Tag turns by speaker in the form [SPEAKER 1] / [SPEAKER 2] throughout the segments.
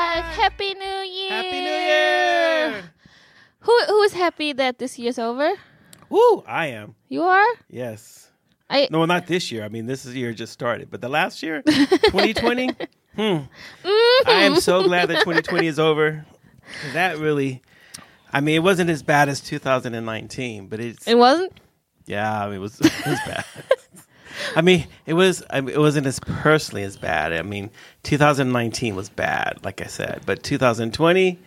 [SPEAKER 1] Happy New Year!
[SPEAKER 2] Happy New Year!
[SPEAKER 1] Who who is happy that this year's over?
[SPEAKER 2] Woo! I am.
[SPEAKER 1] You are?
[SPEAKER 2] Yes.
[SPEAKER 1] I
[SPEAKER 2] No, not this year. I mean, this year just started, but the last year, 2020. hmm. I am
[SPEAKER 1] Mm.
[SPEAKER 2] so glad that 2020 is over. 'Cause That really, I mean, it wasn't as bad as 2019, but it's
[SPEAKER 1] it wasn't.
[SPEAKER 2] yeah, I mean, it was it was bad. I mean, it was I mean, it wasn't as personally as bad. I mean, 2019 was bad, like I said, but 2020,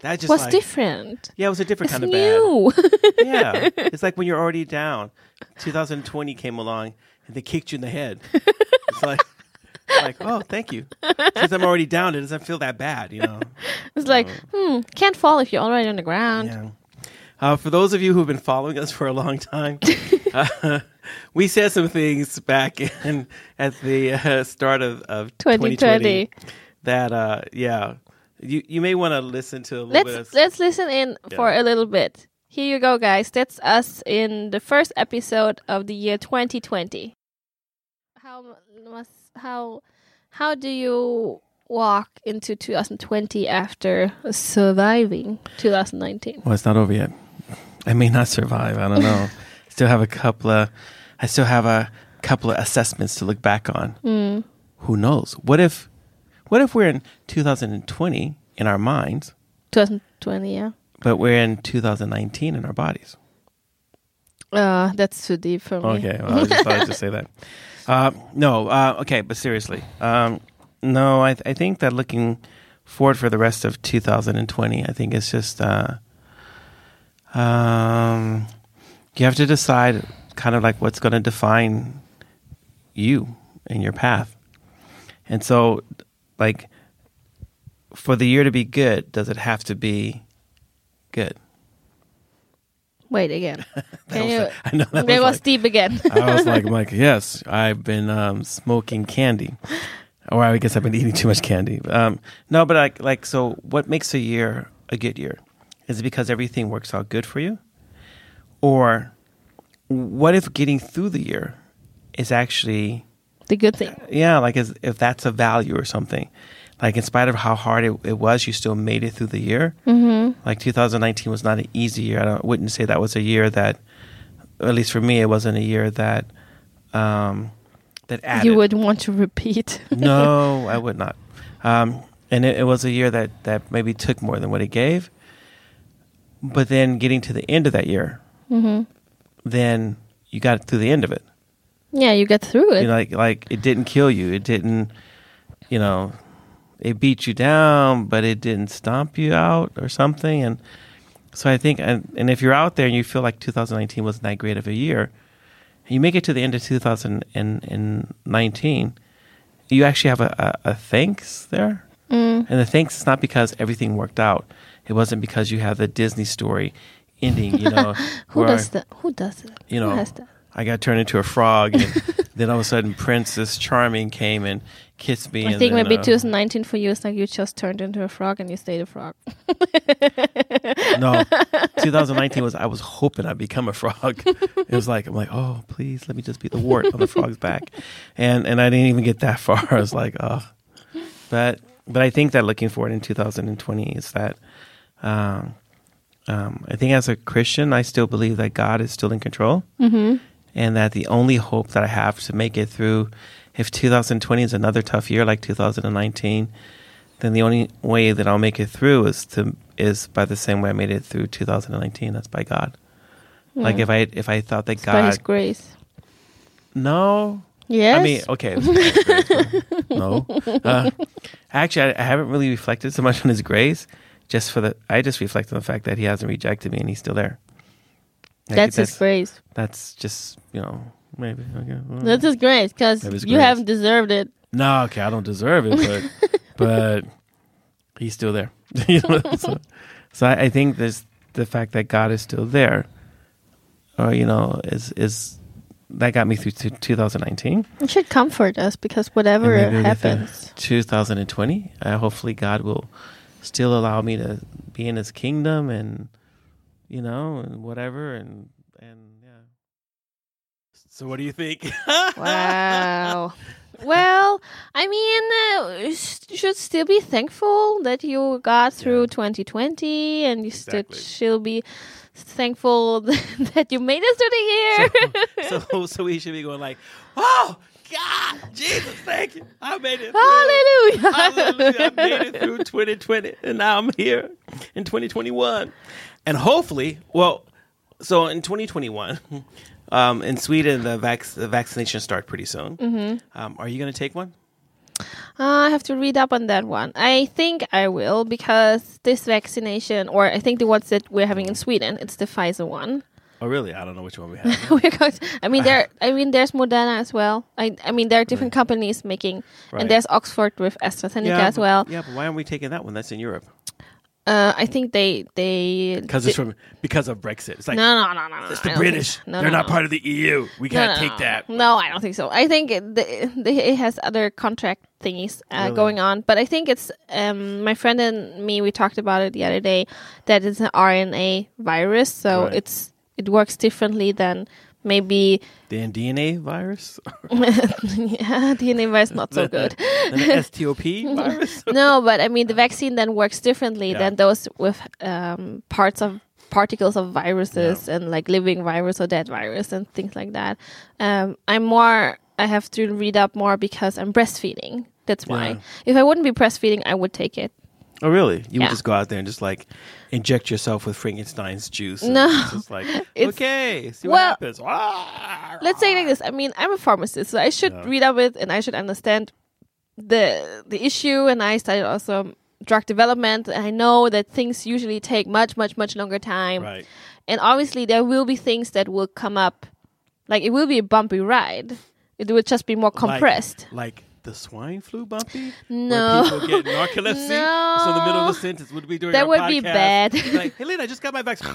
[SPEAKER 2] that just
[SPEAKER 1] What's
[SPEAKER 2] like-
[SPEAKER 1] different?
[SPEAKER 2] Yeah, it was a different kind of bad.
[SPEAKER 1] New.
[SPEAKER 2] Yeah. It's like when you're already down. 2020 came along and they kicked you in the head. It's like, like oh, thank you. Since I'm already down, it doesn't feel that bad, you know?
[SPEAKER 1] it's like hmm, can't fall if you're already on the ground.
[SPEAKER 2] Yeah. Uh, for those of you who've been following us for a long time, uh, we said some things back in, at the uh, start of, of
[SPEAKER 1] 2020.
[SPEAKER 2] 2020 that, uh, yeah, you, you may want to listen to a little bit
[SPEAKER 1] Let's
[SPEAKER 2] of.
[SPEAKER 1] let's listen in for a little bit. Here you go, guys. That's us in the first episode of the year 2020. How must how how do you walk into 2020 after surviving 2019?
[SPEAKER 2] Well, it's not over yet. I may not survive. I don't know. still have a couple of, I still have a couple of assessments to look back on.
[SPEAKER 1] Hmm,
[SPEAKER 2] Who knows? What if, what if we're in 2020 in our minds,
[SPEAKER 1] 2020, yeah.
[SPEAKER 2] but we're in 2019 in our bodies?
[SPEAKER 1] Uh, that's too deep for me.
[SPEAKER 2] Okay, well, I just thought I'd just say that. Uh, no, uh, okay, but seriously, um, no, I, th- I think that looking forward for the rest of 2020, I think it's just uh, um, you have to decide kind of like what's going to define you and your path. And so, like, for the year to be good, does it have to be good?
[SPEAKER 1] Wait again. Can you?
[SPEAKER 2] I know that
[SPEAKER 1] It
[SPEAKER 2] was
[SPEAKER 1] was deep again.
[SPEAKER 2] I was like, Mike, yes, I've been um, smoking candy, or I guess I've been eating too much candy. Um, no, but like, like, so what makes a year a good year? Is it because everything works out good for you, or what if getting through the year is actually
[SPEAKER 1] the good thing.
[SPEAKER 2] yeah, like as, if that's a value or something. Like in spite of how hard it, it was, you still made it through the year. Mm-hmm. Like 2019 was not an easy year. I don't, wouldn't say that was a year that, at least for me, it wasn't a year that um, that added.
[SPEAKER 1] You would want to repeat.
[SPEAKER 2] no, I would not. Um, and it, it was a year that that maybe took more than what it gave. But then getting to the end of that year,
[SPEAKER 1] Mm-hmm.
[SPEAKER 2] then you got through the end of it
[SPEAKER 1] yeah, you get through it.
[SPEAKER 2] you know, like like it didn't kill you. It didn't, you know, it beat you down, but it didn't stomp you out or something. And so I think, and, and if you're out there and you feel like 2019 wasn't that great of a year, and you make it to the end of 2019, you actually have a, a, a thanks there.
[SPEAKER 1] Mm.
[SPEAKER 2] And the thanks is not because everything worked out. It wasn't because you have the Disney story ending, you know.
[SPEAKER 1] Who
[SPEAKER 2] where-
[SPEAKER 1] does that? Who does that?
[SPEAKER 2] you
[SPEAKER 1] Who
[SPEAKER 2] know,
[SPEAKER 1] has that?
[SPEAKER 2] I got turned into a frog, and then all of a sudden Princess Charming came and kissed me.
[SPEAKER 1] I
[SPEAKER 2] and
[SPEAKER 1] think
[SPEAKER 2] then,
[SPEAKER 1] maybe
[SPEAKER 2] uh,
[SPEAKER 1] 2019 for you is like you just turned into a frog and you stayed a frog.
[SPEAKER 2] no, 2019 was I was hoping I'd become a frog. it was like I'm like, oh please let me just be the wart on the frog's back, and and I didn't even get that far. I was like, oh, but but I think that looking forward in 2020 is that. Um, um, I think as a Christian, I still believe that God is still in control,
[SPEAKER 1] Mm-hmm.
[SPEAKER 2] and that the only hope that I have to make it through, if 2020 is another tough year like 2019, then the only way that I'll make it through is to is by the same way I made it through 2019. That's by God. Like if I if I thought that
[SPEAKER 1] By His
[SPEAKER 2] God,
[SPEAKER 1] grace.
[SPEAKER 2] no,
[SPEAKER 1] Yes.
[SPEAKER 2] I mean, okay. it's- no. Uh, actually, I, I haven't really reflected so much on his grace. Just for the, I just reflect on the fact that he hasn't rejected me and he's still there. Like,
[SPEAKER 1] that's, His grace.
[SPEAKER 2] That's just you know maybe. Okay, well.
[SPEAKER 1] That's His grace because
[SPEAKER 2] Hmm. That
[SPEAKER 1] you
[SPEAKER 2] was grace.
[SPEAKER 1] haven't deserved it.
[SPEAKER 2] no, okay, I don't deserve it, but but he's still there. you know, so, so I, I think there's the fact that God is still there, or you know, is is that got me through to 2019.
[SPEAKER 1] It should comfort us because whatever
[SPEAKER 2] And maybe with the
[SPEAKER 1] happens,
[SPEAKER 2] 2020. Uh, hopefully, God will still allow me to be in His kingdom, and you know, and whatever, and and yeah. So, what do you think?
[SPEAKER 1] wow. well, I mean, uh, you s- you should still be thankful that you got through 2020, and you
[SPEAKER 2] Exactly.
[SPEAKER 1] should still be thankful that you made it through the year.
[SPEAKER 2] so so we should be going like, oh God, Jesus, thank you, I made it. through.
[SPEAKER 1] Hallelujah!
[SPEAKER 2] Hallelujah, I made it through 2020, and now I'm here in 2021, and hopefully, well, so in 2021. Um, in Sweden, the, vac- the vaccinations start pretty soon.
[SPEAKER 1] Mm-hmm.
[SPEAKER 2] Um, are you going to take one?
[SPEAKER 1] Uh, I have to read up on that one. I think I will because this vaccination, or I think the ones that we're having in Sweden, it's the Pfizer one.
[SPEAKER 2] Oh, really? I don't know which one we have.
[SPEAKER 1] we're going to, I mean, there. I mean, there's Moderna as well. I, I mean, there are different companies making,
[SPEAKER 2] Right.
[SPEAKER 1] and there's Oxford with AstraZeneca as
[SPEAKER 2] but-
[SPEAKER 1] well.
[SPEAKER 2] Yeah, but why aren't we taking that one? That's in Europe
[SPEAKER 1] Uh, I think they they
[SPEAKER 2] because it's from because of Brexit. It's like
[SPEAKER 1] no no no no no. I
[SPEAKER 2] it's the
[SPEAKER 1] don't think
[SPEAKER 2] British.
[SPEAKER 1] so. No,
[SPEAKER 2] They're
[SPEAKER 1] no,
[SPEAKER 2] not
[SPEAKER 1] no.
[SPEAKER 2] part of the EU. We
[SPEAKER 1] No,
[SPEAKER 2] can't
[SPEAKER 1] no,
[SPEAKER 2] take
[SPEAKER 1] no.
[SPEAKER 2] that.
[SPEAKER 1] No, I don't think so. I think it, the, the, it has other contract thingies uh,
[SPEAKER 2] Really?
[SPEAKER 1] going on, but I think it's um, my friend and me. We talked about it the other day that it's an RNA virus, so
[SPEAKER 2] Right.
[SPEAKER 1] it's it works differently than maybe
[SPEAKER 2] Then DNA virus
[SPEAKER 1] yeah, DNA virus not so good.
[SPEAKER 2] and the STOP virus.
[SPEAKER 1] no, but I mean the vaccine then works differently
[SPEAKER 2] Yeah.
[SPEAKER 1] than those with um, parts of particles of viruses and like living virus or dead virus and things like that. Um, I'm more. I have to read up more because I'm breastfeeding. That's why.
[SPEAKER 2] Yeah.
[SPEAKER 1] If I wouldn't be breastfeeding, I would take it.
[SPEAKER 2] Oh, really? You
[SPEAKER 1] Yeah.
[SPEAKER 2] would just go out there and just like inject yourself with Frankenstein's juice. and
[SPEAKER 1] No.
[SPEAKER 2] it's just like
[SPEAKER 1] It's-
[SPEAKER 2] okay, see
[SPEAKER 1] well,
[SPEAKER 2] what happens. Ah,
[SPEAKER 1] Let's say it like this. I mean, I'm a pharmacist, so I should
[SPEAKER 2] Yeah.
[SPEAKER 1] read up it and I should understand the the issue. And I studied also drug development, and I know that things usually take much, much, much longer time.
[SPEAKER 2] right.
[SPEAKER 1] And obviously, there will be things that will come up. Like, it will be a bumpy ride. It will just be more
[SPEAKER 2] Like-
[SPEAKER 1] compressed.
[SPEAKER 2] Like, the swine flu bumpy?
[SPEAKER 1] No.
[SPEAKER 2] Where people get narcolepsy?
[SPEAKER 1] No.
[SPEAKER 2] So in the middle of a sentence would be during
[SPEAKER 1] That
[SPEAKER 2] our
[SPEAKER 1] would be
[SPEAKER 2] podcast,
[SPEAKER 1] bad.
[SPEAKER 2] Like, hey, Lena, I just got my vaccine.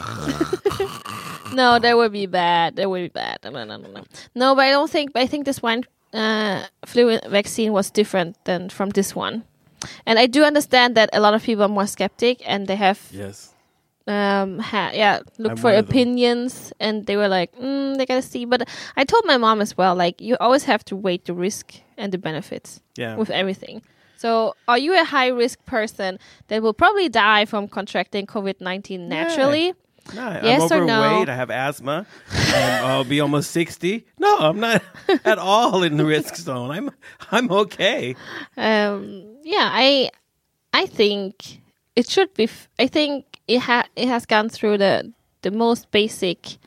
[SPEAKER 1] no, that would be bad. That would be bad. No, no, no, no, no. No, but I don't think, but I think this one uh, flu vaccine was different than from this one. And I do understand that a lot of people are more skeptic and they have,
[SPEAKER 2] yes.
[SPEAKER 1] um, ha- yeah, look
[SPEAKER 2] I'm
[SPEAKER 1] for
[SPEAKER 2] one of them.
[SPEAKER 1] opinions and they were like, mm, they gotta see. But I told my mom as well, like, you always have to weigh the risk and the benefits.
[SPEAKER 2] Yeah.
[SPEAKER 1] with everything. So, are you a high risk person that will probably die from contracting COVID 19 naturally?
[SPEAKER 2] No, I-
[SPEAKER 1] Yes
[SPEAKER 2] I'm
[SPEAKER 1] or
[SPEAKER 2] overweight.
[SPEAKER 1] no?
[SPEAKER 2] I have asthma. Um, I'll be almost sixty. No, I'm not at all in the risk zone. I'm I'm okay.
[SPEAKER 1] Um, yeah, I I think it should be. F- I think it ha- it has gone through the the most basic,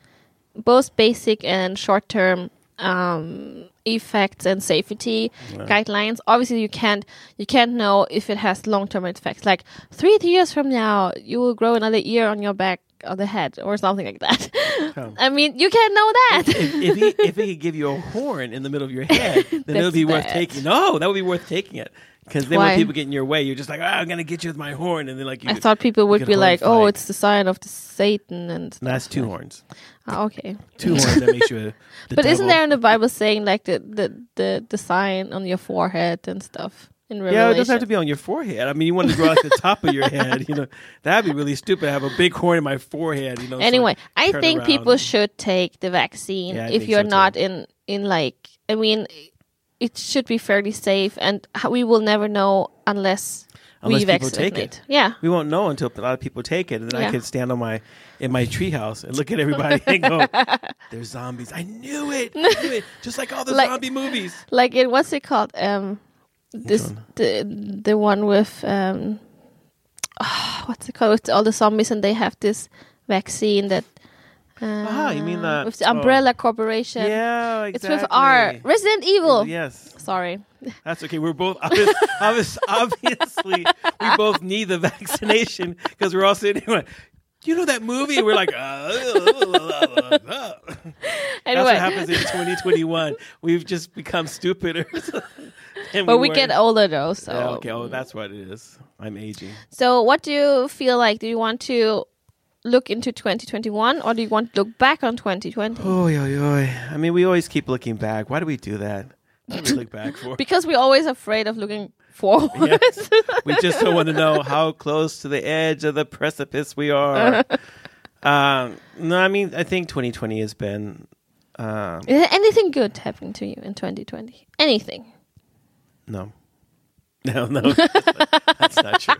[SPEAKER 1] both basic and short term um, effects and safety guidelines. Obviously, you can't you can't know if it has long term effects. Like three years from now, you will grow another ear on your back or the head or something like that.
[SPEAKER 2] Oh.
[SPEAKER 1] I mean, you can't know that.
[SPEAKER 2] If, if he if he could give you a horn in the middle of your head, then it would
[SPEAKER 1] That's
[SPEAKER 2] be worth
[SPEAKER 1] bad.
[SPEAKER 2] taking. No, that would be worth taking it. Because then
[SPEAKER 1] Why?
[SPEAKER 2] when people get in your way, you're just like, oh, I'm gonna get you with my horn, and then like you,
[SPEAKER 1] I thought people would
[SPEAKER 2] could
[SPEAKER 1] be like,
[SPEAKER 2] horrify.
[SPEAKER 1] "Oh, it's the sign of the Satan," and
[SPEAKER 2] No, that's two horns.
[SPEAKER 1] Ah, okay.
[SPEAKER 2] Two horns that makes you. A, the
[SPEAKER 1] But isn't
[SPEAKER 2] devil.
[SPEAKER 1] there in the Bible saying like the the the, the sign on your forehead and stuff in Revelation?
[SPEAKER 2] Yeah, it doesn't have to be on your forehead. I mean, you want to grow out the top of your head. You know, that'd be really stupid. I have a big horn in my forehead. You know. so
[SPEAKER 1] Anyway, I
[SPEAKER 2] turn
[SPEAKER 1] think
[SPEAKER 2] around
[SPEAKER 1] people
[SPEAKER 2] and-
[SPEAKER 1] should take the vaccine
[SPEAKER 2] Yeah, I
[SPEAKER 1] if
[SPEAKER 2] think
[SPEAKER 1] you're
[SPEAKER 2] so too.
[SPEAKER 1] not in in like I mean, it should be fairly safe, and h- we will never know unless,
[SPEAKER 2] Unless
[SPEAKER 1] we
[SPEAKER 2] people take
[SPEAKER 1] vaccinate.
[SPEAKER 2] it.
[SPEAKER 1] Yeah.
[SPEAKER 2] We won't know until a lot of people take it, and then
[SPEAKER 1] Yeah.
[SPEAKER 2] I can stand on my in my treehouse and look at everybody and go, "They're zombies! I knew it! I knew it! Just like all the
[SPEAKER 1] Like-
[SPEAKER 2] zombie movies."
[SPEAKER 1] like it what's it called um this
[SPEAKER 2] one?
[SPEAKER 1] the the one with um ah, what's it called with all the zombies and they have this vaccine that uh,
[SPEAKER 2] you mean that-
[SPEAKER 1] with the
[SPEAKER 2] oh.
[SPEAKER 1] umbrella corporation
[SPEAKER 2] Yeah, exactly.
[SPEAKER 1] it's with r resident evil
[SPEAKER 2] Yes,
[SPEAKER 1] sorry
[SPEAKER 2] that's okay. We're both obvious, obvious, obviously we both need the vaccination because we're all sitting here. Like, you know that movie? And we're like, uh, uh, uh, uh, uh." that's what
[SPEAKER 1] anyway
[SPEAKER 2] happens in 2021. We've just become stupider. than
[SPEAKER 1] but we
[SPEAKER 2] were.
[SPEAKER 1] get older though so
[SPEAKER 2] Yeah, okay, oh, that's what it is. I'm aging.
[SPEAKER 1] so what do you feel like do you want to look into 2021 or do you want to look back on 2020
[SPEAKER 2] Oh, yo, yo. I mean, we always keep looking back. Why do we do that? What do we look back for?
[SPEAKER 1] because we're always afraid of looking forward
[SPEAKER 2] Yes. We just don't want to know how close to the edge of the precipice we are. um, no, I mean, I think 2020 has been. Um,
[SPEAKER 1] Is there anything good happening to you in 2020? Anything?
[SPEAKER 2] No. No, no, that's not true.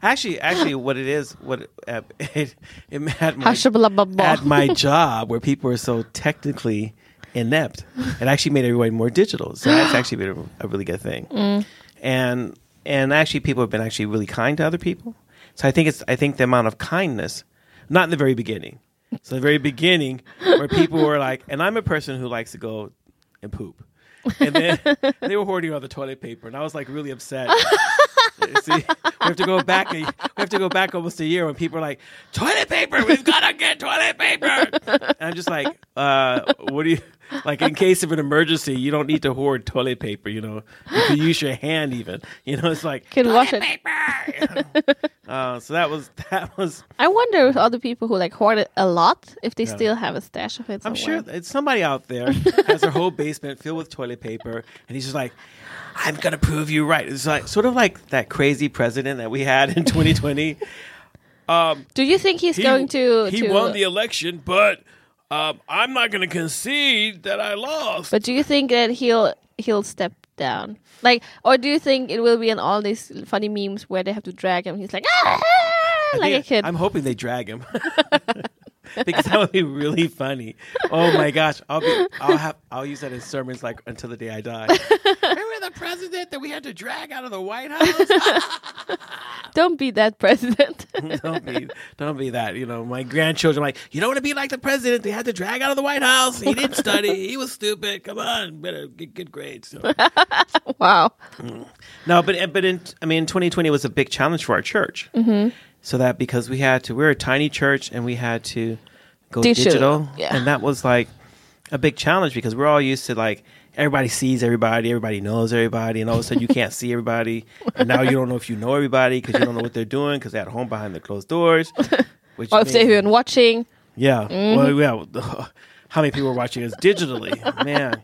[SPEAKER 2] Actually, actually, what it is, what uh, it, it at my, at my job where people are so technically inept, it actually made everybody more digital. So that's actually been a, a really good thing.
[SPEAKER 1] Mm.
[SPEAKER 2] And and actually, people have been actually really kind to other people. So I think it's I think the amount of kindness, not in the very beginning. So the very beginning, where people were like, and I'm a person who likes to go and poop. and then they were hoarding all the toilet paper, and I was like really upset. See, we have to go back. A, we have to go back almost a year when people are like, "Toilet paper, we've got to get toilet paper." And I'm just like, uh, "What do you like? In case of an emergency, you don't need to hoard toilet paper. You know, you can use your hand even. You know, it's like
[SPEAKER 1] Can
[SPEAKER 2] toilet
[SPEAKER 1] wash it.
[SPEAKER 2] paper." uh, so that was that was.
[SPEAKER 1] I wonder if other people who like hoard it a lot, if they
[SPEAKER 2] Yeah.
[SPEAKER 1] still have a stash of it.
[SPEAKER 2] I'm
[SPEAKER 1] somewhere.
[SPEAKER 2] sure it's somebody out there has their whole basement filled with toilet paper, and he's just like, "I'm gonna prove you right." It's like sort of like that crazy president that we had in 2020. Um,
[SPEAKER 1] Do you think he's
[SPEAKER 2] he,
[SPEAKER 1] going to?
[SPEAKER 2] he
[SPEAKER 1] to
[SPEAKER 2] won the election, but um, I'm not gonna concede that I lost.
[SPEAKER 1] but do you think that he'll he'll step down? Like, or do you think it will be in all these funny memes where they have to drag him? He's like, ah,
[SPEAKER 2] I
[SPEAKER 1] like a
[SPEAKER 2] think-
[SPEAKER 1] kid.
[SPEAKER 2] I'm hoping they drag him. because that would be really funny. Oh my gosh, I'll be, I'll have, I'll use that in sermons like until the day I die. Remember the president that we had to drag out of the White House?
[SPEAKER 1] Don't be that president.
[SPEAKER 2] don't be don't be that. You know, my grandchildren are like, you don't want to be like the president. They had to drag out of the White House. He didn't study. He was stupid. Come on, better get good grades. So-
[SPEAKER 1] wow.
[SPEAKER 2] no, but eh, but in I mean, 2020 was a big challenge for our church. Mm-hmm. So that because we had to, we were a tiny church, and we had to go
[SPEAKER 1] Digital,
[SPEAKER 2] digital,
[SPEAKER 1] yeah.
[SPEAKER 2] and that was like a big challenge because we're all used to like everybody sees everybody, everybody knows everybody, and all of a sudden you can't see everybody, and now you don't know if you know everybody because you don't know what they're doing because they're at home behind the closed doors. Which
[SPEAKER 1] Or if
[SPEAKER 2] means-
[SPEAKER 1] they're even watching,
[SPEAKER 2] yeah.
[SPEAKER 1] Mm-hmm.
[SPEAKER 2] Well, yeah. well, How many people were watching us digitally? Man.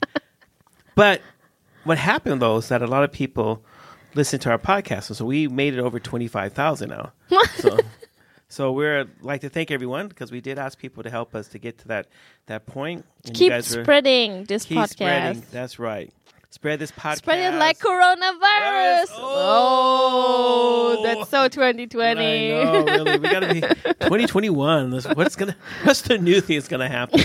[SPEAKER 2] But what happened though is that a lot of people listened to our podcast, and so we made it over twenty five thousand now. so, so we're like to thank everyone because we did ask people to help us to get to that that point. And
[SPEAKER 1] keep
[SPEAKER 2] were-
[SPEAKER 1] spreading this
[SPEAKER 2] keep
[SPEAKER 1] podcast.
[SPEAKER 2] spreading. That's right. Spread this podcast.
[SPEAKER 1] Spread it like coronavirus.
[SPEAKER 2] Virus.
[SPEAKER 1] Oh,
[SPEAKER 2] Oh.
[SPEAKER 1] that's so
[SPEAKER 2] I
[SPEAKER 1] 2020.
[SPEAKER 2] know, really. We gotta be 2021. This- What's gonna? What's the new thing that's gonna happen?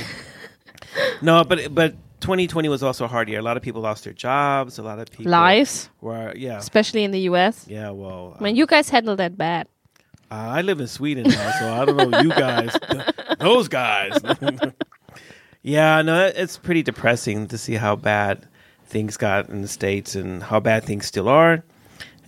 [SPEAKER 2] No, but but 2020 was also a hard year. A lot of people lost their jobs. A lot of people
[SPEAKER 1] Lies,
[SPEAKER 2] were yeah
[SPEAKER 1] especially in the US.
[SPEAKER 2] yeah. Well,
[SPEAKER 1] I mean, you guys handle that bad.
[SPEAKER 2] uh, I live in Sweden now, so I don't know you guys, th- those guys. yeah, no, it- it's pretty depressing to see how bad things got in the states and how bad things still are.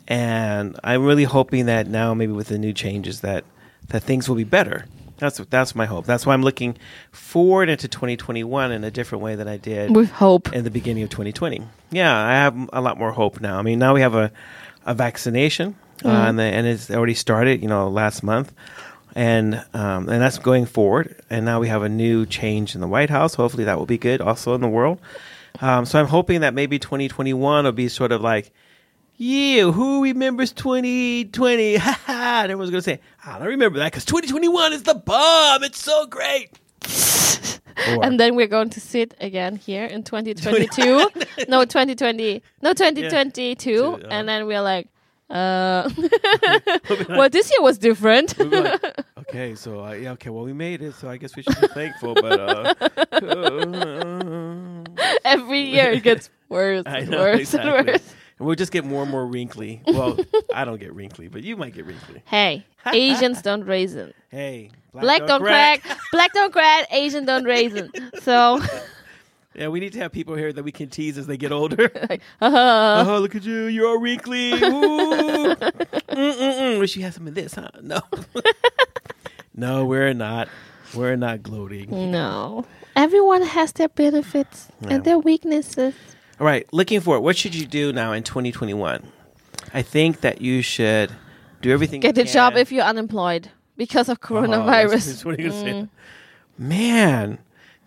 [SPEAKER 2] And I'm really hoping that now, maybe with the new changes, that that things will be better. That's that's my hope. That's why I'm looking forward into 2021 in a different way than I did
[SPEAKER 1] With hope.
[SPEAKER 2] in the beginning of 2020. Yeah, I have a lot more hope now. I mean, now we have a, a vaccination, uh, and, the, and it's already started, you know, last month. And um, and that's going forward. And now we have a new change in the White House. Hopefully, that will be good also in the world. Um, so I'm hoping that maybe 2021 will be sort of like, yeah, who remembers 2020? Ha ha! And everyone's going to say, "Ah, I don't remember that because 2021 is the bomb. It's so great. Or-
[SPEAKER 1] And then we're going to sit again here in 2022. no, 2020. No, 2022.
[SPEAKER 2] Two, uh,
[SPEAKER 1] and then we're like, uh, well, this year was different.
[SPEAKER 2] We'd be like, okay, so uh, yeah, okay, well, we made it, so I guess we should be thankful. But uh,
[SPEAKER 1] Every year it gets worse
[SPEAKER 2] I
[SPEAKER 1] and
[SPEAKER 2] know,
[SPEAKER 1] worse and
[SPEAKER 2] exactly.
[SPEAKER 1] worse.
[SPEAKER 2] and we'll just get more and more wrinkly. Well, I don't get wrinkly, but you might get wrinkly.
[SPEAKER 1] Hey, Asians don't raisin.
[SPEAKER 2] Hey, black,
[SPEAKER 1] Black don't crack. Black don't crack. Asian don't raisin. So,
[SPEAKER 2] Yeah, we need to have people here that we can tease as they get older.
[SPEAKER 1] uh,
[SPEAKER 2] oh, look at you, you're all wrinkly. Ooh. Mm-mm-mm. Wish you had some of this, huh? No, no, we're not. We're not gloating.
[SPEAKER 1] no. Everyone has their benefits
[SPEAKER 2] Yeah.
[SPEAKER 1] and their weaknesses.
[SPEAKER 2] All right, looking forward. What should you do now in 2021? I think that you should do everything.
[SPEAKER 1] Get
[SPEAKER 2] you
[SPEAKER 1] a job
[SPEAKER 2] can-
[SPEAKER 1] if you're unemployed because of
[SPEAKER 2] Oh, that's-
[SPEAKER 1] coronavirus. Mm.
[SPEAKER 2] that's what you're gonna say. Man,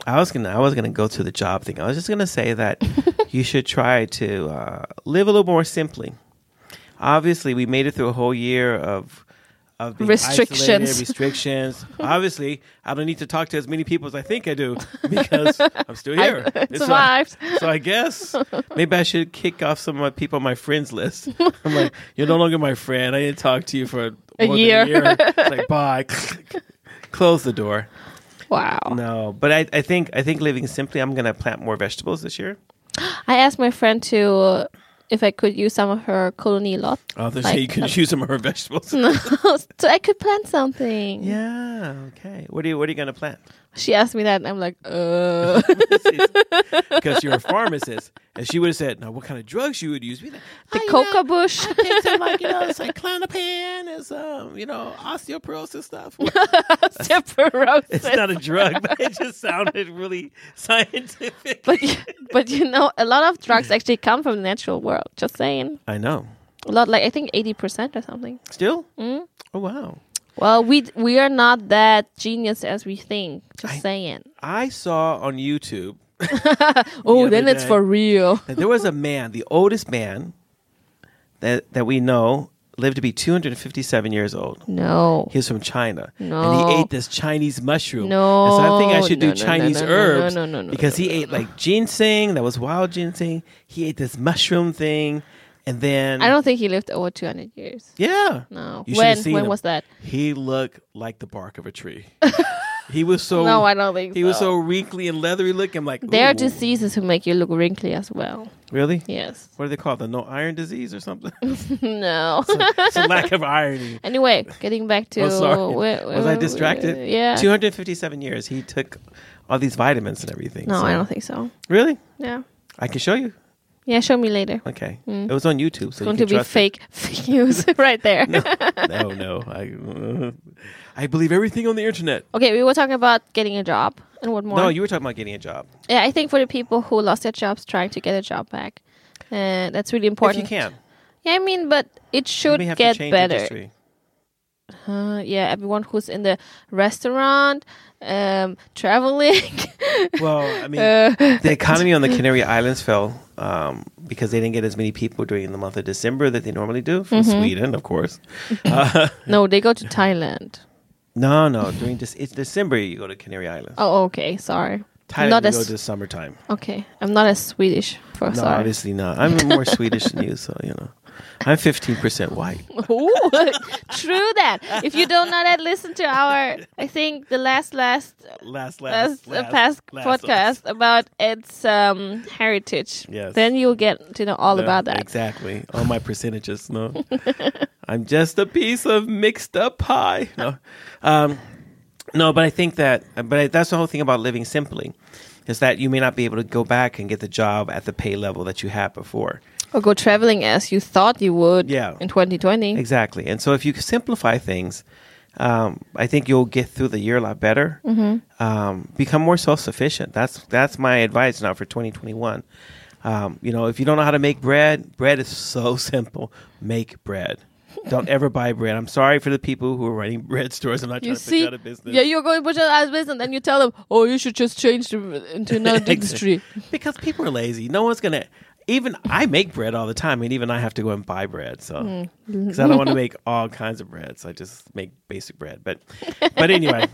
[SPEAKER 2] I was gonna I was gonna go to the job thing. I was just gonna say that you should try to uh, live a little more simply. Obviously, we made it through a whole year of of being
[SPEAKER 1] Restrictions.
[SPEAKER 2] isolated, restrictions. Obviously, I don't need to talk to as many people as I think I do because I'm still here.
[SPEAKER 1] I
[SPEAKER 2] It's not-
[SPEAKER 1] survived.
[SPEAKER 2] so I guess maybe I should kick off some of my people on my friends list. I'm like, you're no longer my friend. I didn't talk to you for
[SPEAKER 1] A
[SPEAKER 2] more than
[SPEAKER 1] year.
[SPEAKER 2] It's like, bye. Close the door.
[SPEAKER 1] Wow.
[SPEAKER 2] No, but I, I think I think living simply, I'm gonna plant more vegetables this year.
[SPEAKER 1] I asked my friend to uh, if I could use some of her colony lot,
[SPEAKER 2] Oh, there's
[SPEAKER 1] Like,
[SPEAKER 2] you can
[SPEAKER 1] uh,
[SPEAKER 2] choose some of her vegetables.
[SPEAKER 1] so I could plant something.
[SPEAKER 2] Yeah. Okay. What are you What are you gonna plant?
[SPEAKER 1] She asked me that, and I'm like, uh.
[SPEAKER 2] Because you're a pharmacist, and she would have said, "Now, what kind of drugs you would use?" We'd be like,
[SPEAKER 1] the
[SPEAKER 2] "Oh, you know,
[SPEAKER 1] coca bush.
[SPEAKER 2] I take some, like you know, it's like clonopin, it's um, you know, osteoporosis stuff. It's
[SPEAKER 1] Osteoporosis.
[SPEAKER 2] not a drug, but it just sounded really scientific.
[SPEAKER 1] But you- but you know, a lot of drugs actually come from the natural world. Just saying,
[SPEAKER 2] I know.
[SPEAKER 1] a lot like I think eighty percent or something.
[SPEAKER 2] Still.
[SPEAKER 1] Mm-hmm.
[SPEAKER 2] Oh wow.
[SPEAKER 1] Well, we d- we are not that genius as we think. Just
[SPEAKER 2] I-
[SPEAKER 1] saying.
[SPEAKER 2] I saw on YouTube
[SPEAKER 1] Oh,
[SPEAKER 2] other
[SPEAKER 1] then it's
[SPEAKER 2] day-
[SPEAKER 1] for real.
[SPEAKER 2] that there was a man, the oldest man that that we know, lived to be 257 years old.
[SPEAKER 1] No.
[SPEAKER 2] He was from China, and
[SPEAKER 1] No.
[SPEAKER 2] he ate this Chinese mushroom.
[SPEAKER 1] No.
[SPEAKER 2] and so I think I should do
[SPEAKER 1] No, no, no,
[SPEAKER 2] Chinese
[SPEAKER 1] no, no,
[SPEAKER 2] herbs
[SPEAKER 1] no, no, no, no,
[SPEAKER 2] because
[SPEAKER 1] no,
[SPEAKER 2] he ate like ginseng, that was wild ginseng. He ate this mushroom thing, and then
[SPEAKER 1] I don't think he lived over two hundred years.
[SPEAKER 2] Yeah,
[SPEAKER 1] No.
[SPEAKER 2] You should've
[SPEAKER 1] when
[SPEAKER 2] seen
[SPEAKER 1] when
[SPEAKER 2] him.
[SPEAKER 1] was that?
[SPEAKER 2] he looked like the bark of a tree. he was so
[SPEAKER 1] no, I don't think
[SPEAKER 2] he
[SPEAKER 1] so.
[SPEAKER 2] was so wrinkly and leathery looking. I'm like
[SPEAKER 1] There are
[SPEAKER 2] ooh.
[SPEAKER 1] diseases who make you look wrinkly as well.
[SPEAKER 2] really.
[SPEAKER 1] Yes.
[SPEAKER 2] What do they call it? The no iron disease or something?
[SPEAKER 1] no.
[SPEAKER 2] it's a lack of irony.
[SPEAKER 1] anyway, getting back to
[SPEAKER 2] I'm Oh, sorry.
[SPEAKER 1] where-
[SPEAKER 2] Was I
[SPEAKER 1] where-
[SPEAKER 2] distracted?
[SPEAKER 1] yeah.
[SPEAKER 2] 257 years. He took all these vitamins and everything.
[SPEAKER 1] no,
[SPEAKER 2] so-
[SPEAKER 1] I don't think so.
[SPEAKER 2] Really?
[SPEAKER 1] Yeah.
[SPEAKER 2] I can show you.
[SPEAKER 1] Yeah, show me later.
[SPEAKER 2] Okay. It was on YouTube. So
[SPEAKER 1] Mm. It's going
[SPEAKER 2] you
[SPEAKER 1] to be
[SPEAKER 2] can trust it.
[SPEAKER 1] fake fake news right there.
[SPEAKER 2] no, no. I, I believe everything on the internet.
[SPEAKER 1] Okay, we were talking about getting a job and what more.
[SPEAKER 2] No, you were talking about getting a job.
[SPEAKER 1] yeah, I think for the people who lost their jobs trying to get a job back. Uh, that's really important.
[SPEAKER 2] If you can.
[SPEAKER 1] Yeah, I mean, but it
[SPEAKER 2] You
[SPEAKER 1] should
[SPEAKER 2] may have
[SPEAKER 1] get
[SPEAKER 2] to change
[SPEAKER 1] better.
[SPEAKER 2] industry.
[SPEAKER 1] Uh, yeah, everyone who's in the restaurant, um, traveling. uh,
[SPEAKER 2] Well, I mean, the economy on the Canary Islands fell um, because they didn't get as many people during the month of December that they normally do from
[SPEAKER 1] Mm-hmm.
[SPEAKER 2] Sweden, of course. Uh,
[SPEAKER 1] no, they go to Thailand.
[SPEAKER 2] No, no. During this, it's December you go to Canary Islands.
[SPEAKER 1] Oh, okay. Sorry.
[SPEAKER 2] Thailand
[SPEAKER 1] not
[SPEAKER 2] you
[SPEAKER 1] as
[SPEAKER 2] go to summertime.
[SPEAKER 1] okay. I'm not as Swedish for
[SPEAKER 2] No,
[SPEAKER 1] sorry.
[SPEAKER 2] obviously not. I'm more Swedish than you, so you know. I'm 15% white.
[SPEAKER 1] Ooh, true that. If you don't know that, listen to our. I think the last last
[SPEAKER 2] Last,
[SPEAKER 1] last, uh, past podcast about its um, heritage.
[SPEAKER 2] Yes.
[SPEAKER 1] Then you'll get to know all about that.
[SPEAKER 2] Exactly. All my percentages. No. I'm just a piece of mixed up pie. No. Um, no, but I think that, but I, that's the whole thing about living simply is that you may not be able to go back and get the job at the pay level that you had before.
[SPEAKER 1] Or go traveling as you thought you would.
[SPEAKER 2] Yeah.
[SPEAKER 1] In 2020.
[SPEAKER 2] Exactly. And so if you simplify things, um, I think you'll get through the year a lot better.
[SPEAKER 1] Mm-hmm.
[SPEAKER 2] Um, become more self sufficient. That's that's my advice now for 2021. Um, you know, if you don't know how to make bread, bread is so simple. Make bread. Don't ever buy bread. I'm sorry for the people who are running bread stores. I'm not
[SPEAKER 1] you
[SPEAKER 2] trying to put
[SPEAKER 1] see,
[SPEAKER 2] you out of business.
[SPEAKER 1] yeah, you're going to put you out of business, and you tell them, oh, you should just change the, into another
[SPEAKER 2] Exactly.
[SPEAKER 1] industry.
[SPEAKER 2] because people are lazy. No one's gonna. Even I make bread all the time, and even I have to go and buy bread.
[SPEAKER 1] Hmm.
[SPEAKER 2] So because I don't want to make all kinds of breads, I just make basic bread. But but anyway,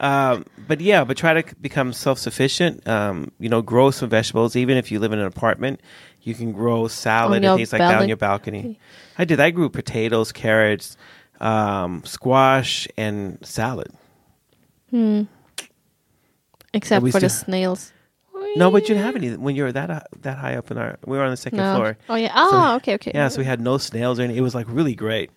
[SPEAKER 2] um, but yeah, but try to c- become self sufficient. Um, you know, grow some vegetables. Even if you live in an apartment, you can grow salad
[SPEAKER 1] your
[SPEAKER 2] and things like that on
[SPEAKER 1] balcony.
[SPEAKER 2] your balcony. I did. I grew potatoes, carrots, um, squash, and salad.
[SPEAKER 1] Except
[SPEAKER 2] we
[SPEAKER 1] for the
[SPEAKER 2] still-
[SPEAKER 1] snails.
[SPEAKER 2] No, but you didn't have any when you were that uh, that high up in our. We were on the second
[SPEAKER 1] No.
[SPEAKER 2] floor.
[SPEAKER 1] Oh yeah. Oh, okay, okay.
[SPEAKER 2] Yeah, so we had no snails or anything. It was like really great.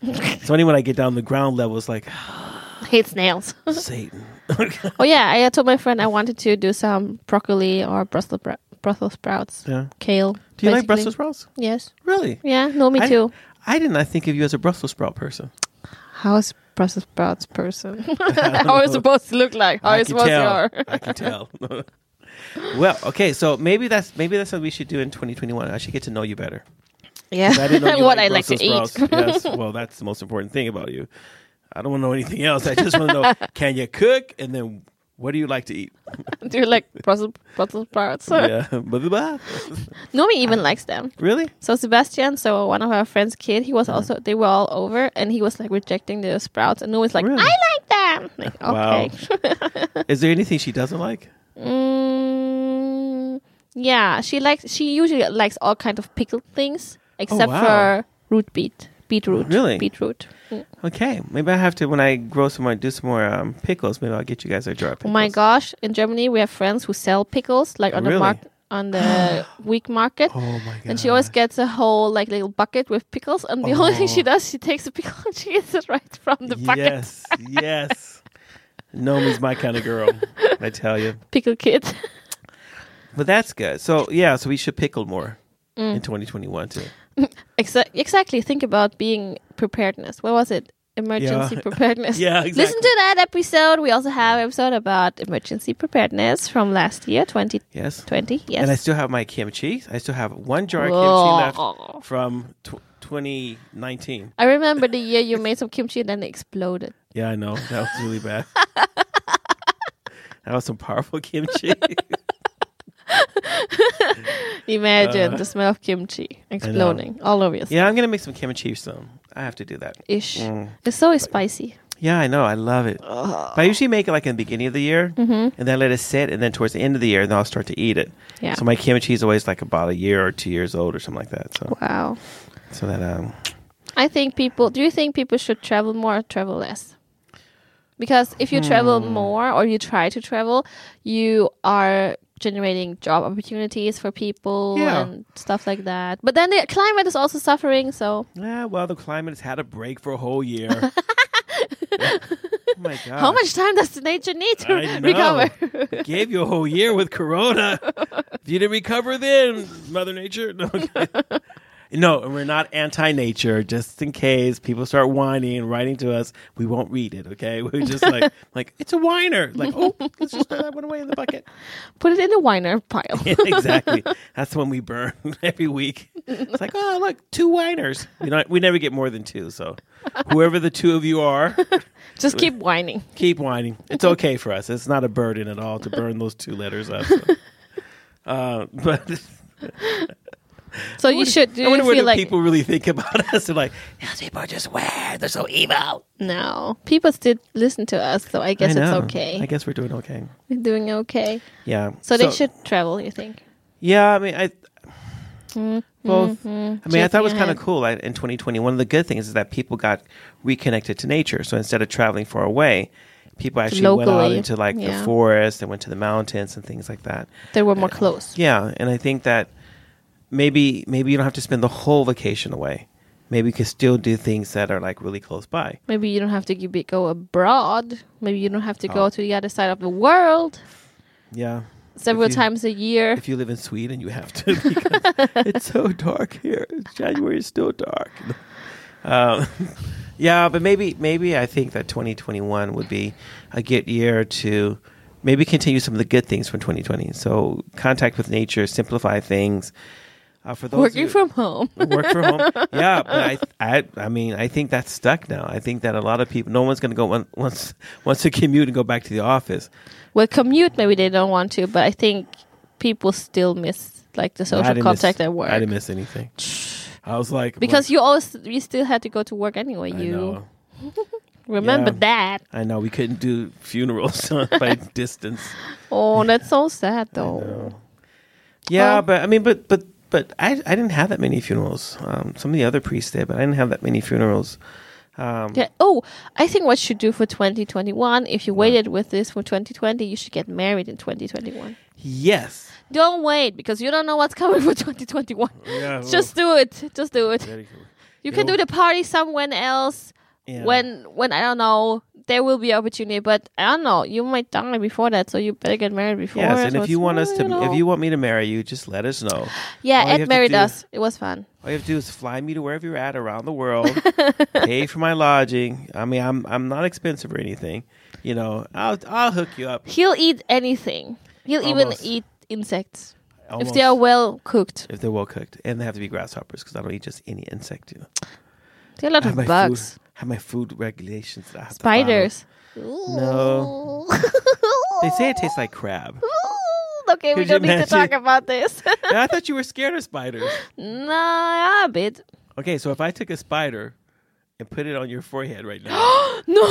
[SPEAKER 2] so anyone I get down the ground level is like
[SPEAKER 1] I hate snails.
[SPEAKER 2] Satan.
[SPEAKER 1] oh yeah, I told my friend I wanted to do some broccoli or Brussels br- Brussels sprouts,
[SPEAKER 2] Yeah.
[SPEAKER 1] kale.
[SPEAKER 2] Do you like
[SPEAKER 1] basically.
[SPEAKER 2] Brussels sprouts?
[SPEAKER 1] Yes.
[SPEAKER 2] Really?
[SPEAKER 1] Yeah. No, me
[SPEAKER 2] I-
[SPEAKER 1] too.
[SPEAKER 2] I did not think of you as a Brussels sprout person.
[SPEAKER 1] How is Brussels sprouts person? How is supposed to look like? How
[SPEAKER 2] I
[SPEAKER 1] is
[SPEAKER 2] can
[SPEAKER 1] supposed
[SPEAKER 2] tell.
[SPEAKER 1] to
[SPEAKER 2] I can tell. well, okay, so maybe that's maybe that's what we should do in 2021. I should get to know you better.
[SPEAKER 1] Yeah.
[SPEAKER 2] 'Cause I didn't know you
[SPEAKER 1] what
[SPEAKER 2] liked
[SPEAKER 1] I like to
[SPEAKER 2] Brussels
[SPEAKER 1] eat.
[SPEAKER 2] sprouts. yes. Well, that's the most important thing about you. I don't want to know anything else. I just want to know can you cook and then What do you like to eat?
[SPEAKER 1] Do you like Brussels, Brussels sprouts?
[SPEAKER 2] yeah. Blah, blah, blah.
[SPEAKER 1] Nomi even likes them.
[SPEAKER 2] really?
[SPEAKER 1] So Sebastian, so one of our friends' kid, he was also they were all over and he was like rejecting the sprouts and Nomi's like,
[SPEAKER 2] Really?
[SPEAKER 1] I like them. Like,
[SPEAKER 2] Wow.
[SPEAKER 1] okay.
[SPEAKER 2] Is there anything she doesn't like?
[SPEAKER 1] Mm, yeah, she likes. She usually likes all kind of pickled things except
[SPEAKER 2] Oh, wow.
[SPEAKER 1] for root beet, beetroot,
[SPEAKER 2] Really?
[SPEAKER 1] beetroot. Mm.
[SPEAKER 2] Okay, maybe I have to when I grow some more, do some more um, pickles. Maybe I'll get you guys a jar of
[SPEAKER 1] Oh
[SPEAKER 2] pickles.
[SPEAKER 1] my gosh! In Germany, we have friends who sell pickles like on the
[SPEAKER 2] Really?
[SPEAKER 1] market on the week market.
[SPEAKER 2] Oh my god!
[SPEAKER 1] And she always gets a whole like little bucket with pickles, and the only thing she
[SPEAKER 2] Oh.
[SPEAKER 1] does, she takes a pickle and she eats it right from the bucket.
[SPEAKER 2] Yes, yes. Nomi's my kind of girl. I tell you.
[SPEAKER 1] Pickle kid.
[SPEAKER 2] But that's good. So yeah, so we should pickle more
[SPEAKER 1] Mm.
[SPEAKER 2] in 2021 too.
[SPEAKER 1] Exa- exactly. Think about being preparedness. What was it? Emergency
[SPEAKER 2] Yeah.
[SPEAKER 1] preparedness.
[SPEAKER 2] Yeah, exactly.
[SPEAKER 1] Listen to that episode. We also have an episode about emergency preparedness from last year, 2020.
[SPEAKER 2] Yes.
[SPEAKER 1] Yes.
[SPEAKER 2] And I still have my kimchi. I still have one jar of kimchi
[SPEAKER 1] Woah.
[SPEAKER 2] left from tw 2019.
[SPEAKER 1] I remember the year you made some kimchi and then it exploded.
[SPEAKER 2] Yeah, I know. That was really bad. that was some powerful kimchi.
[SPEAKER 1] Imagine the smell of kimchi exploding all over yourself.
[SPEAKER 2] Uh, yeah, Mm. I'm gonna make some kimchi soon. I have to do that.
[SPEAKER 1] Ish. It's so spicy.
[SPEAKER 2] Yeah, I know. I love it. But I usually make it like in the beginning of the year,
[SPEAKER 1] Mm-hmm.
[SPEAKER 2] and then let it sit, and then towards the end of the year, then I'll start to eat it.
[SPEAKER 1] Yeah.
[SPEAKER 2] So my kimchi is always like about a year or two years old or something like that. So
[SPEAKER 1] Wow.
[SPEAKER 2] so that um
[SPEAKER 1] I think people. Do you think people should travel more or travel less? Because if you travel
[SPEAKER 2] Hmm.
[SPEAKER 1] more or you try to travel, you are generating job opportunities for people
[SPEAKER 2] Yeah.
[SPEAKER 1] and stuff like that. But then the climate is also suffering, so
[SPEAKER 2] yeah, Ah, well the climate has had a break for a whole year. Oh my god!
[SPEAKER 1] how much time does nature need to
[SPEAKER 2] I know.
[SPEAKER 1] recover?
[SPEAKER 2] Gave you a whole year with Corona. if you didn't recover then, Mother Nature. No, okay. no, and we're not anti-nature. Just in case people start whining and writing to us, we won't read it. Okay, we're just like, like it's a whiner. Like, oh, it's just that went away in the bucket.
[SPEAKER 1] Put it in the whiner pile.
[SPEAKER 2] exactly. That's the one we burn every week. It's like, oh, look, two whiners. We don't, we never get more than two. So, whoever the two of you are,
[SPEAKER 1] Just keep whining.
[SPEAKER 2] keep whining. It's okay for us. It's not a burden at all to burn those two letters up. so. Uh, but
[SPEAKER 1] So you should. Do
[SPEAKER 2] I wonder
[SPEAKER 1] you
[SPEAKER 2] what
[SPEAKER 1] feel
[SPEAKER 2] do
[SPEAKER 1] like
[SPEAKER 2] people really think about us. They're like, those people are just weird. They're so evil.
[SPEAKER 1] no? People still listen to us, so I guess
[SPEAKER 2] I
[SPEAKER 1] it's
[SPEAKER 2] know.
[SPEAKER 1] okay.
[SPEAKER 2] I guess we're doing okay.
[SPEAKER 1] We're doing okay.
[SPEAKER 2] Yeah.
[SPEAKER 1] So, they should travel. You think?
[SPEAKER 2] Yeah, I mean, I both. I mean,
[SPEAKER 1] Shake
[SPEAKER 2] I thought it was
[SPEAKER 1] Mm-hmm. your
[SPEAKER 2] kind
[SPEAKER 1] head.
[SPEAKER 2] of cool like, in 2020. One of the good things is that people got reconnected to nature. So instead of traveling far away, people actually went out
[SPEAKER 1] Locally,
[SPEAKER 2] into like
[SPEAKER 1] yeah.
[SPEAKER 2] the forest and went to the mountains and things like that.
[SPEAKER 1] They were more close.
[SPEAKER 2] Uh, Yeah, and I think that maybe maybe you don't have to spend the whole vacation away. Maybe you can still do things that are like really close by.
[SPEAKER 1] Maybe you don't have to gi- go abroad. Maybe you don't have to
[SPEAKER 2] Oh.
[SPEAKER 1] go to the other side of the world
[SPEAKER 2] Yeah.
[SPEAKER 1] several
[SPEAKER 2] If you-
[SPEAKER 1] times a year.
[SPEAKER 2] If you live in Sweden, you have to. Because it's so dark here. It's January is still dark. Um, yeah, but maybe maybe I think that 2021 would be a good year to maybe continue some of the good things from 2020. So contact with nature, simplify things. Uh, for those
[SPEAKER 1] Working
[SPEAKER 2] who-
[SPEAKER 1] from home.
[SPEAKER 2] work from home. Yeah, but I, I, I mean, I think that's stuck now. I think that a lot of people, no one's going to go on- once once to commute and go back to the office.
[SPEAKER 1] well, commute, maybe they don't want to, but I think people still miss like the
[SPEAKER 2] I
[SPEAKER 1] social
[SPEAKER 2] didn't
[SPEAKER 1] contact
[SPEAKER 2] miss,
[SPEAKER 1] at work.
[SPEAKER 2] I didn't miss anything. I was like,
[SPEAKER 1] because you always you still had to go to work anyway.
[SPEAKER 2] I
[SPEAKER 1] You
[SPEAKER 2] know,
[SPEAKER 1] remember
[SPEAKER 2] Yeah.
[SPEAKER 1] that?
[SPEAKER 2] I know, we couldn't do funerals by distance.
[SPEAKER 1] Oh, that's so sad though.
[SPEAKER 2] know. Yeah,
[SPEAKER 1] Well-
[SPEAKER 2] but I mean, but but but I I didn't have that many funerals. Um, some of the other priests did, but I didn't have that many funerals. Um,
[SPEAKER 1] Yeah. Oh, I think what you should do for 2021, if you waited with this for 2020, you should get married in 2021.
[SPEAKER 2] Yes.
[SPEAKER 1] Don't wait because you don't know what's coming for 2021.
[SPEAKER 2] Yeah.
[SPEAKER 1] Just do it. Just do it. You can
[SPEAKER 2] Yeah.
[SPEAKER 1] do the party somewhere else when when I don't know there will be opportunity, but I don't know you might die before that, so you better get married before.
[SPEAKER 2] Yes,
[SPEAKER 1] it
[SPEAKER 2] and if
[SPEAKER 1] was-
[SPEAKER 2] you want us
[SPEAKER 1] well,
[SPEAKER 2] to,
[SPEAKER 1] know.
[SPEAKER 2] if you want me to marry you, just let us know.
[SPEAKER 1] yeah,
[SPEAKER 2] all you have
[SPEAKER 1] Ed
[SPEAKER 2] to
[SPEAKER 1] married
[SPEAKER 2] do-
[SPEAKER 1] us. It was fun.
[SPEAKER 2] All you have to do is fly me to wherever you're at around the world, pay for my lodging. I mean, I'm I'm not expensive or anything. You know, I'll I'll hook you up.
[SPEAKER 1] He'll eat anything. He'll even
[SPEAKER 2] Almost.
[SPEAKER 1] eat insects
[SPEAKER 2] Almost,
[SPEAKER 1] if they are well cooked.
[SPEAKER 2] if they're well cooked, and they have to be grasshoppers because I don't eat just any insect. You know,
[SPEAKER 1] There are a lot
[SPEAKER 2] I have
[SPEAKER 1] of
[SPEAKER 2] my
[SPEAKER 1] bugs,
[SPEAKER 2] food, I have my food regulations. That I have to follow.
[SPEAKER 1] spiders.
[SPEAKER 2] No. They say it tastes like crab.
[SPEAKER 1] okay, we
[SPEAKER 2] Could you
[SPEAKER 1] don't need to talk
[SPEAKER 2] imagine?
[SPEAKER 1] about this.
[SPEAKER 2] Yeah, I thought you were scared of spiders.
[SPEAKER 1] nah, a bit.
[SPEAKER 2] Okay, so if I took a spider and put it on your forehead right now,
[SPEAKER 1] No.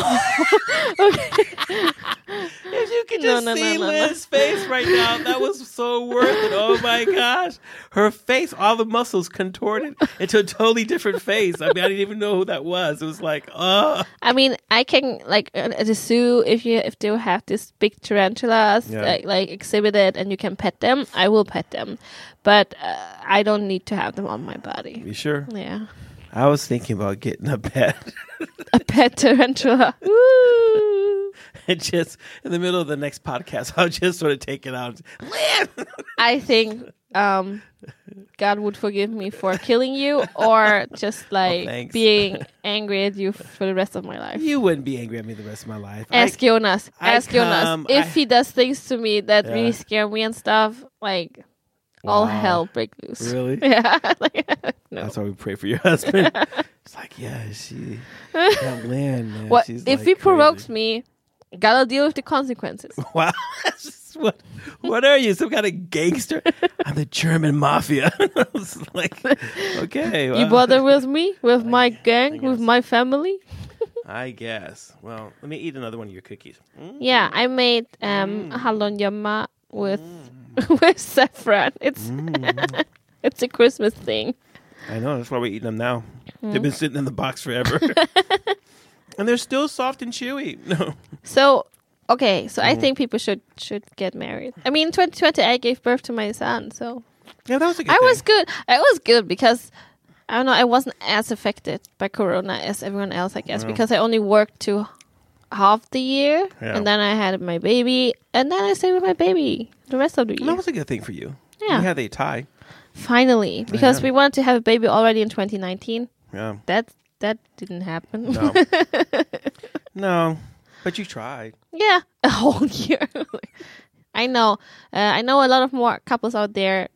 [SPEAKER 1] okay.
[SPEAKER 2] if you could
[SPEAKER 1] No,
[SPEAKER 2] just
[SPEAKER 1] no, no,
[SPEAKER 2] see
[SPEAKER 1] no, no.
[SPEAKER 2] Lynn's face right now, that was so worth it. Oh my gosh, her face, all the muscles contorted into a totally different face. I mean, I didn't even know who that was. It was like, uh
[SPEAKER 1] I mean, I can like uh, at the zoo if you if they have this big tarantulas
[SPEAKER 2] Yeah.
[SPEAKER 1] like, like exhibited and you can pet them, I will pet them, but uh, I don't need to have them on my body.
[SPEAKER 2] you sure?
[SPEAKER 1] Yeah,
[SPEAKER 2] I was thinking about getting a pet.
[SPEAKER 1] a pet tarantula. Ooh.
[SPEAKER 2] and just in the middle of the next podcast, I'll just sort of take it out. Lynn!
[SPEAKER 1] I think um, God would forgive me for killing you or just like
[SPEAKER 2] Oh, thanks.
[SPEAKER 1] being angry at you for the rest of my life.
[SPEAKER 2] You wouldn't be angry at me the rest of my life. I-
[SPEAKER 1] Ask Jonas.
[SPEAKER 2] I
[SPEAKER 1] Ask Jonas.
[SPEAKER 2] come-
[SPEAKER 1] If
[SPEAKER 2] I-
[SPEAKER 1] he does things to me that
[SPEAKER 2] Yeah.
[SPEAKER 1] really scare me and stuff, like all
[SPEAKER 2] Wow.
[SPEAKER 1] hell break loose.
[SPEAKER 2] Really? Oh,
[SPEAKER 1] Yeah. like, no.
[SPEAKER 2] That's why we pray for your husband. it's like, yeah, she, that Lynn, man,
[SPEAKER 1] What
[SPEAKER 2] she's
[SPEAKER 1] if
[SPEAKER 2] like
[SPEAKER 1] he provokes
[SPEAKER 2] crazy.
[SPEAKER 1] me? Gotta deal with the consequences.
[SPEAKER 2] Wow. That's just what, what are you? Some kind of gangster? I'm the German mafia. I was like, okay.
[SPEAKER 1] You
[SPEAKER 2] well,
[SPEAKER 1] bother with me, with my gang,
[SPEAKER 2] I
[SPEAKER 1] with
[SPEAKER 2] guess.
[SPEAKER 1] my family.
[SPEAKER 2] I guess. Well, let me eat another one of your cookies. Mm.
[SPEAKER 1] Yeah, I made um halonyama with with saffron. It's it's a Christmas thing.
[SPEAKER 2] I know. That's why we're eating them now.
[SPEAKER 1] Mm.
[SPEAKER 2] They've been sitting in the box forever. and they're still soft and chewy. No.
[SPEAKER 1] So okay, so I think people should should get married. I mean, twenty twenty, I gave birth to my son, so
[SPEAKER 2] Yeah, that was a good
[SPEAKER 1] I
[SPEAKER 2] thing.
[SPEAKER 1] was good. I was good because I don't know. I wasn't as affected by Corona as everyone else, I guess,
[SPEAKER 2] Yeah.
[SPEAKER 1] because I only worked to half the year,
[SPEAKER 2] Yeah.
[SPEAKER 1] and then I had my baby, and then I stayed with my baby the rest of the
[SPEAKER 2] That
[SPEAKER 1] year.
[SPEAKER 2] was a good thing for you.
[SPEAKER 1] Yeah.
[SPEAKER 2] You had a tie.
[SPEAKER 1] Finally, because
[SPEAKER 2] know.
[SPEAKER 1] we wanted to have a baby already in 2019.
[SPEAKER 2] Yeah.
[SPEAKER 1] That that didn't happen.
[SPEAKER 2] No. no. But you tried.
[SPEAKER 1] yeah, a whole year. I know. Uh, I know a lot of more couples out there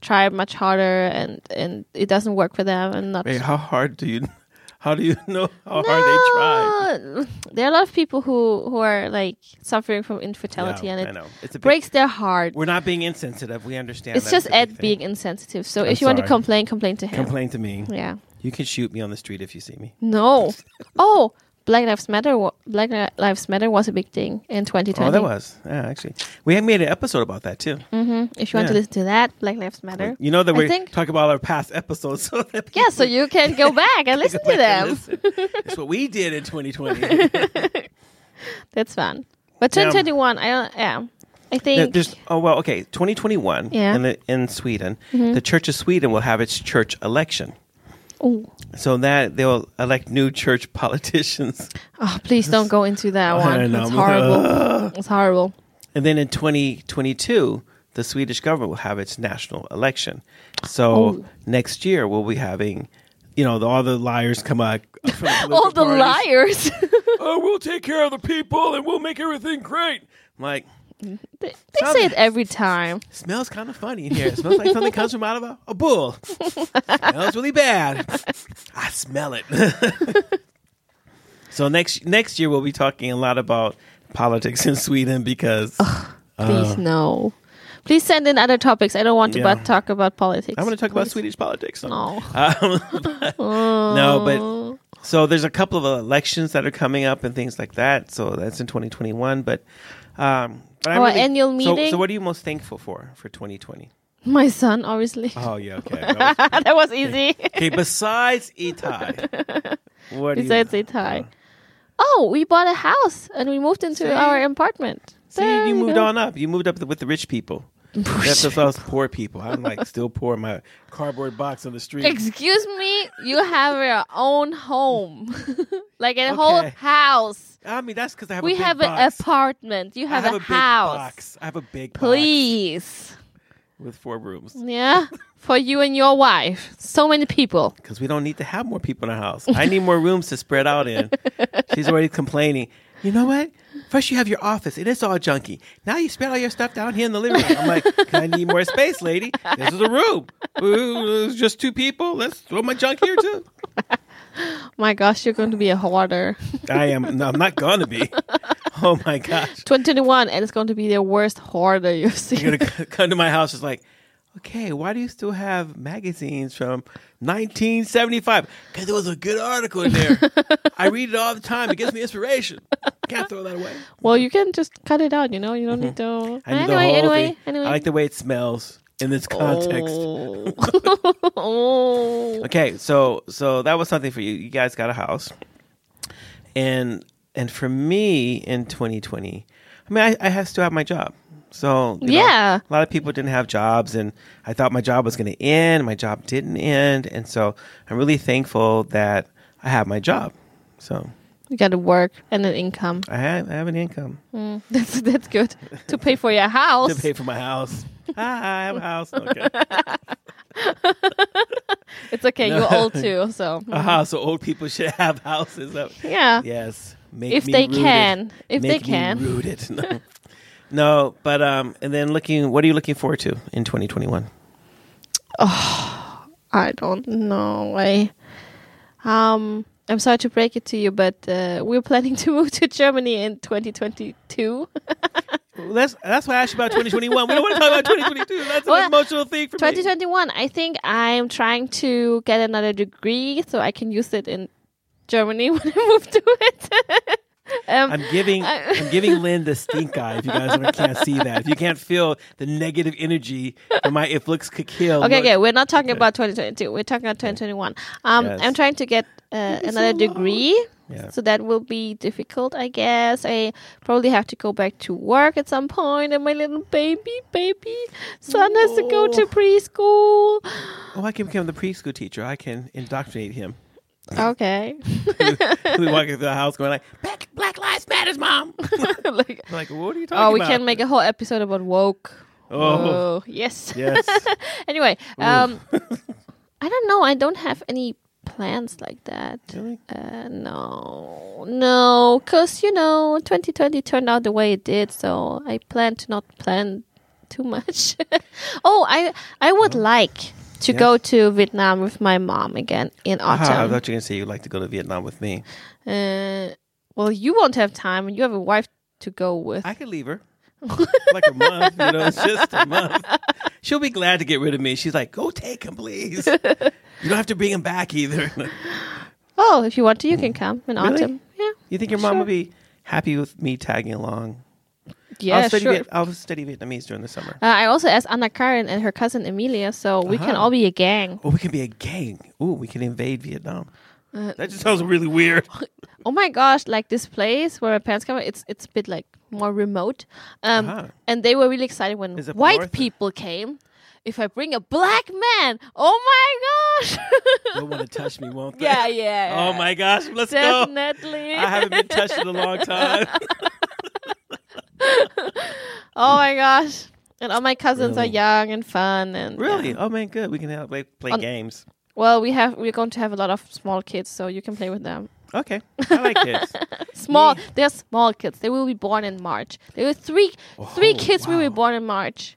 [SPEAKER 1] try much harder, and and it doesn't work for them, and not
[SPEAKER 2] Wait, how hard do you how do you know how hard they tried?
[SPEAKER 1] No. There are a lot of people who who are like suffering from infertility,
[SPEAKER 2] Yeah,
[SPEAKER 1] and
[SPEAKER 2] I
[SPEAKER 1] it
[SPEAKER 2] know. It's a big,
[SPEAKER 1] breaks their heart.
[SPEAKER 2] We're not being insensitive. We understand.
[SPEAKER 1] It's
[SPEAKER 2] that.
[SPEAKER 1] just
[SPEAKER 2] a big
[SPEAKER 1] Ed
[SPEAKER 2] thing.
[SPEAKER 1] being insensitive. So
[SPEAKER 2] I'm
[SPEAKER 1] if you want to
[SPEAKER 2] sorry.
[SPEAKER 1] complain, complain to him.
[SPEAKER 2] Complain to me.
[SPEAKER 1] Yeah.
[SPEAKER 2] You can shoot me on the street if you see me.
[SPEAKER 1] No. oh, Black Lives Matter. wa- Black Li- Lives Matter was a big thing in 2020.
[SPEAKER 2] Oh, that was yeah, actually. We had made an episode about that too.
[SPEAKER 1] hmm If you want to
[SPEAKER 2] Yeah.
[SPEAKER 1] listen to that, Black Lives Matter.
[SPEAKER 2] You know that
[SPEAKER 1] I
[SPEAKER 2] we
[SPEAKER 1] think-
[SPEAKER 2] talk about our past episodes. So that
[SPEAKER 1] Yeah, so you can go back and listen to them.
[SPEAKER 2] That's what we did in 2020.
[SPEAKER 1] That's fun. But
[SPEAKER 2] Yeah.
[SPEAKER 1] 2021, I don't. Yeah, I
[SPEAKER 2] There-
[SPEAKER 1] think.
[SPEAKER 2] There's oh well okay 2021
[SPEAKER 1] Yeah. Mm-hmm.
[SPEAKER 2] in the, in Sweden the Church of Sweden will have its church election
[SPEAKER 1] Oh,
[SPEAKER 2] so that they'll elect new church politicians
[SPEAKER 1] oh, please don't go into that
[SPEAKER 2] I
[SPEAKER 1] one.
[SPEAKER 2] know. uh,
[SPEAKER 1] It's horrible. it's horrible.
[SPEAKER 2] and then in 2022 the Swedish government will have its national election so
[SPEAKER 1] Oh.
[SPEAKER 2] next year we'll be having you know the, all the liars come out from the
[SPEAKER 1] All the
[SPEAKER 2] political
[SPEAKER 1] liars.
[SPEAKER 2] parties. oh we'll take care of the people and we'll make everything great I'm like
[SPEAKER 1] They, they say it every time.
[SPEAKER 2] smells kind of funny in here. It smells like something comes from out of a, a bull. smells really bad. I smell it. so next next year we'll be talking a lot about politics in Sweden because
[SPEAKER 1] Oh.
[SPEAKER 2] Uh,
[SPEAKER 1] Please no. Please send in other topics. I don't want to
[SPEAKER 2] Yeah.
[SPEAKER 1] but talk about politics.
[SPEAKER 2] I want to talk about
[SPEAKER 1] Please.
[SPEAKER 2] Swedish politics.
[SPEAKER 1] No. Oh.
[SPEAKER 2] Um, no, but so there's a couple of elections that are coming up and things like that. So that's in 2021, but. Um, but I'm
[SPEAKER 1] Our Oh, annual
[SPEAKER 2] so- So,
[SPEAKER 1] meeting?
[SPEAKER 2] what are you most thankful for for 2020?
[SPEAKER 1] My son, obviously.
[SPEAKER 2] Oh yeah, okay. That was-
[SPEAKER 1] that was easy.
[SPEAKER 2] okay, besides Itai, what do you- Uh-huh.
[SPEAKER 1] Besides it high. Oh, we bought a house and we moved into
[SPEAKER 2] See?
[SPEAKER 1] our apartment. There
[SPEAKER 2] See, you moved
[SPEAKER 1] go.
[SPEAKER 2] on up. You moved up with the rich people. That's us us poor people. I'm like still poor. in My cardboard box on the street.
[SPEAKER 1] Excuse me, you have your own home. like a whole
[SPEAKER 2] Okay.
[SPEAKER 1] house.
[SPEAKER 2] I mean, that's because I have.
[SPEAKER 1] We
[SPEAKER 2] a big
[SPEAKER 1] have an
[SPEAKER 2] box.
[SPEAKER 1] apartment. You
[SPEAKER 2] I
[SPEAKER 1] have,
[SPEAKER 2] have a,
[SPEAKER 1] a,
[SPEAKER 2] big
[SPEAKER 1] house.
[SPEAKER 2] box. I have a big
[SPEAKER 1] Please.
[SPEAKER 2] box with four rooms
[SPEAKER 1] Yeah. For you and your wife. So many people.
[SPEAKER 2] because we don't need to have more people in our house. I need more rooms to spread out in. She's already complaining. You know what? First you have your office and it's all junky. Now you spread all your stuff down here in the living room. I'm like, 'Cause I need more space, lady. This is a room. Ooh, it's just two people. Let's throw my junk here too.
[SPEAKER 1] My gosh, you're going to be a hoarder.
[SPEAKER 2] I am. No, I'm not gonna be. Oh my gosh.
[SPEAKER 1] 2021, and it's going to be the worst hoarder you've seen.
[SPEAKER 2] You're going to come to my house just like, okay, why do you still have magazines from 1975? Because there was a good article in there. I read it all the time. It gives me inspiration. Can't throw that away.
[SPEAKER 1] well, you can just cut it out. You know, you don't need to.
[SPEAKER 2] Mm-hmm. I need the
[SPEAKER 1] anyway,
[SPEAKER 2] whole
[SPEAKER 1] anyway,
[SPEAKER 2] thing.
[SPEAKER 1] anyway.
[SPEAKER 2] I like the way it smells in this context.
[SPEAKER 1] Oh. oh.
[SPEAKER 2] Okay, so so that was something for you. You guys got a house, and and for me in 2020, I mean, I, I have still have my job. So you know,
[SPEAKER 1] Yeah.
[SPEAKER 2] a lot of people didn't have jobs, and I thought my job was going to end. My job didn't end, and so I'm really thankful that I have my job. So
[SPEAKER 1] You got to work and an income.
[SPEAKER 2] I have I have an income
[SPEAKER 1] Mm, that's that's good to pay for your
[SPEAKER 2] to
[SPEAKER 1] house.
[SPEAKER 2] pay for my house. Hi, I have a house. Okay.
[SPEAKER 1] It's okay.
[SPEAKER 2] No.
[SPEAKER 1] You're old too, so
[SPEAKER 2] Aha, Uh-huh, so old people should have houses.
[SPEAKER 1] yeah.
[SPEAKER 2] Yes. Make
[SPEAKER 1] If
[SPEAKER 2] me
[SPEAKER 1] they
[SPEAKER 2] rooted.
[SPEAKER 1] can, if they
[SPEAKER 2] Make me
[SPEAKER 1] can.
[SPEAKER 2] rooted. No. no, but um, and then looking, what are you looking forward to in 2021?
[SPEAKER 1] I don't know. I um I'm sorry to break it to you, but uh, we're planning to move to Germany in 2022.
[SPEAKER 2] Well, that's that's why I asked you about 2021. We don't want to talk about 2022. That's an
[SPEAKER 1] Well,
[SPEAKER 2] emotional thing for me.
[SPEAKER 1] 2021. I think I'm trying to get another degree so I can use it in Germany when I move to it. um,
[SPEAKER 2] I'm giving
[SPEAKER 1] I-
[SPEAKER 2] I'm giving Lynn the stink eye. If you guys don't- can't see that, if you can't feel the negative energy, from my if looks could kill.
[SPEAKER 1] Okay,
[SPEAKER 2] look.
[SPEAKER 1] okay. We're not talking about 2022. We're talking about 2021. Um,
[SPEAKER 2] Yes.
[SPEAKER 1] I'm trying to get uh, another degree,
[SPEAKER 2] Yeah.
[SPEAKER 1] so that will be difficult, I guess. I probably have to go back to work at some point, and my little baby, baby son has to go to
[SPEAKER 2] No.
[SPEAKER 1] preschool.
[SPEAKER 2] Oh, I can become the preschool teacher. I can indoctrinate him.
[SPEAKER 1] Okay,
[SPEAKER 2] we walk into the house going like, "Black, Black Lives Matters, Mom."
[SPEAKER 1] like
[SPEAKER 2] like, what are you talking about?
[SPEAKER 1] oh, we can make a whole episode about woke.
[SPEAKER 2] Oh,
[SPEAKER 1] Whoa, yes.
[SPEAKER 2] yes.
[SPEAKER 1] anyway, um, I don't know. I don't have any plans like that.
[SPEAKER 2] Really?
[SPEAKER 1] Uh, no, no, because you know, 2020 turned out the way it did, so I plan to not plan too much. oh, I I would like to
[SPEAKER 2] Yes.
[SPEAKER 1] go to Vietnam with my mom again in
[SPEAKER 2] Ah, I
[SPEAKER 1] autumn.
[SPEAKER 2] thought you were gonna say you'd like to go to Vietnam with me.
[SPEAKER 1] uh, well, you won't have time, and you have a wife to go with.
[SPEAKER 2] I could leave her. like a month, you know, it's just a month. She'll be glad to get rid of me. She's like, "Go take him, please. You don't have to bring him back either."
[SPEAKER 1] oh, if you want to, you can come in
[SPEAKER 2] Really?
[SPEAKER 1] autumn. Yeah,
[SPEAKER 2] you think your mom would be happy with me tagging along?
[SPEAKER 1] yeah,
[SPEAKER 2] I'll study
[SPEAKER 1] sure.
[SPEAKER 2] Viet- I'll study Vietnamese during the summer.
[SPEAKER 1] Uh, I also asked Anna Karen and her cousin Emilia, so we can
[SPEAKER 2] Uh-huh.
[SPEAKER 1] all be a gang.
[SPEAKER 2] Or we could be a gang. Ooh, we could invade Vietnam. that just sounds really weird.
[SPEAKER 1] Oh my gosh! Like this place where my parents come, it's it's a bit like more remote. Um,
[SPEAKER 2] Uh-huh.
[SPEAKER 1] and they were really excited when
[SPEAKER 2] Is it
[SPEAKER 1] white
[SPEAKER 2] north?
[SPEAKER 1] people came. If I bring a black man, oh my gosh!
[SPEAKER 2] They'll want to touch me, won't they?
[SPEAKER 1] yeah, yeah.
[SPEAKER 2] Oh my gosh, let's go.
[SPEAKER 1] Definitely.
[SPEAKER 2] I haven't been touched in a long time.
[SPEAKER 1] oh my gosh! And all my cousins are
[SPEAKER 2] Really?
[SPEAKER 1] young and fun and
[SPEAKER 2] Really?
[SPEAKER 1] yeah.
[SPEAKER 2] Oh man, good. We can have, play play
[SPEAKER 1] On-
[SPEAKER 2] games.
[SPEAKER 1] Well, we have we're going to have a lot of small kids, so you can play with them.
[SPEAKER 2] Okay, I like kids.
[SPEAKER 1] Small,
[SPEAKER 2] Me-
[SPEAKER 1] they're small kids. They will be born in March. There were three, three
[SPEAKER 2] Oh,
[SPEAKER 1] kids will be
[SPEAKER 2] wow.
[SPEAKER 1] born in March,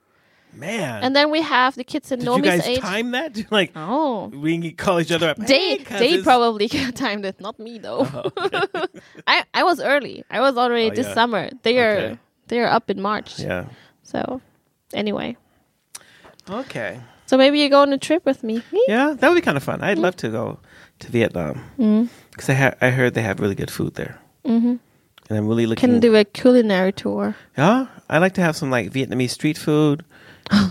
[SPEAKER 2] Man,
[SPEAKER 1] and then we have the kids in
[SPEAKER 2] did you
[SPEAKER 1] Nomi's
[SPEAKER 2] guys
[SPEAKER 1] age.
[SPEAKER 2] time that? like
[SPEAKER 1] oh,
[SPEAKER 2] we can call each other up.
[SPEAKER 1] they
[SPEAKER 2] "Hey,
[SPEAKER 1] they
[SPEAKER 2] cousins."
[SPEAKER 1] probably timed it, not me though.
[SPEAKER 2] Oh, okay.
[SPEAKER 1] I I was early. I was already
[SPEAKER 2] Oh,
[SPEAKER 1] this
[SPEAKER 2] yeah.
[SPEAKER 1] summer. They are
[SPEAKER 2] Okay.
[SPEAKER 1] they are up in March.
[SPEAKER 2] yeah.
[SPEAKER 1] So anyway,
[SPEAKER 2] Okay.
[SPEAKER 1] so maybe you go on a trip with me.
[SPEAKER 2] Yeah, that would be kind of fun.
[SPEAKER 1] Mm-hmm.
[SPEAKER 2] I'd love to go to Vietnam
[SPEAKER 1] Mm.
[SPEAKER 2] because I ha- I heard they have really good food there,
[SPEAKER 1] hmm
[SPEAKER 2] and I'm really
[SPEAKER 1] Can
[SPEAKER 2] looking.
[SPEAKER 1] do a culinary tour.
[SPEAKER 2] yeah, I like to have some like Vietnamese street food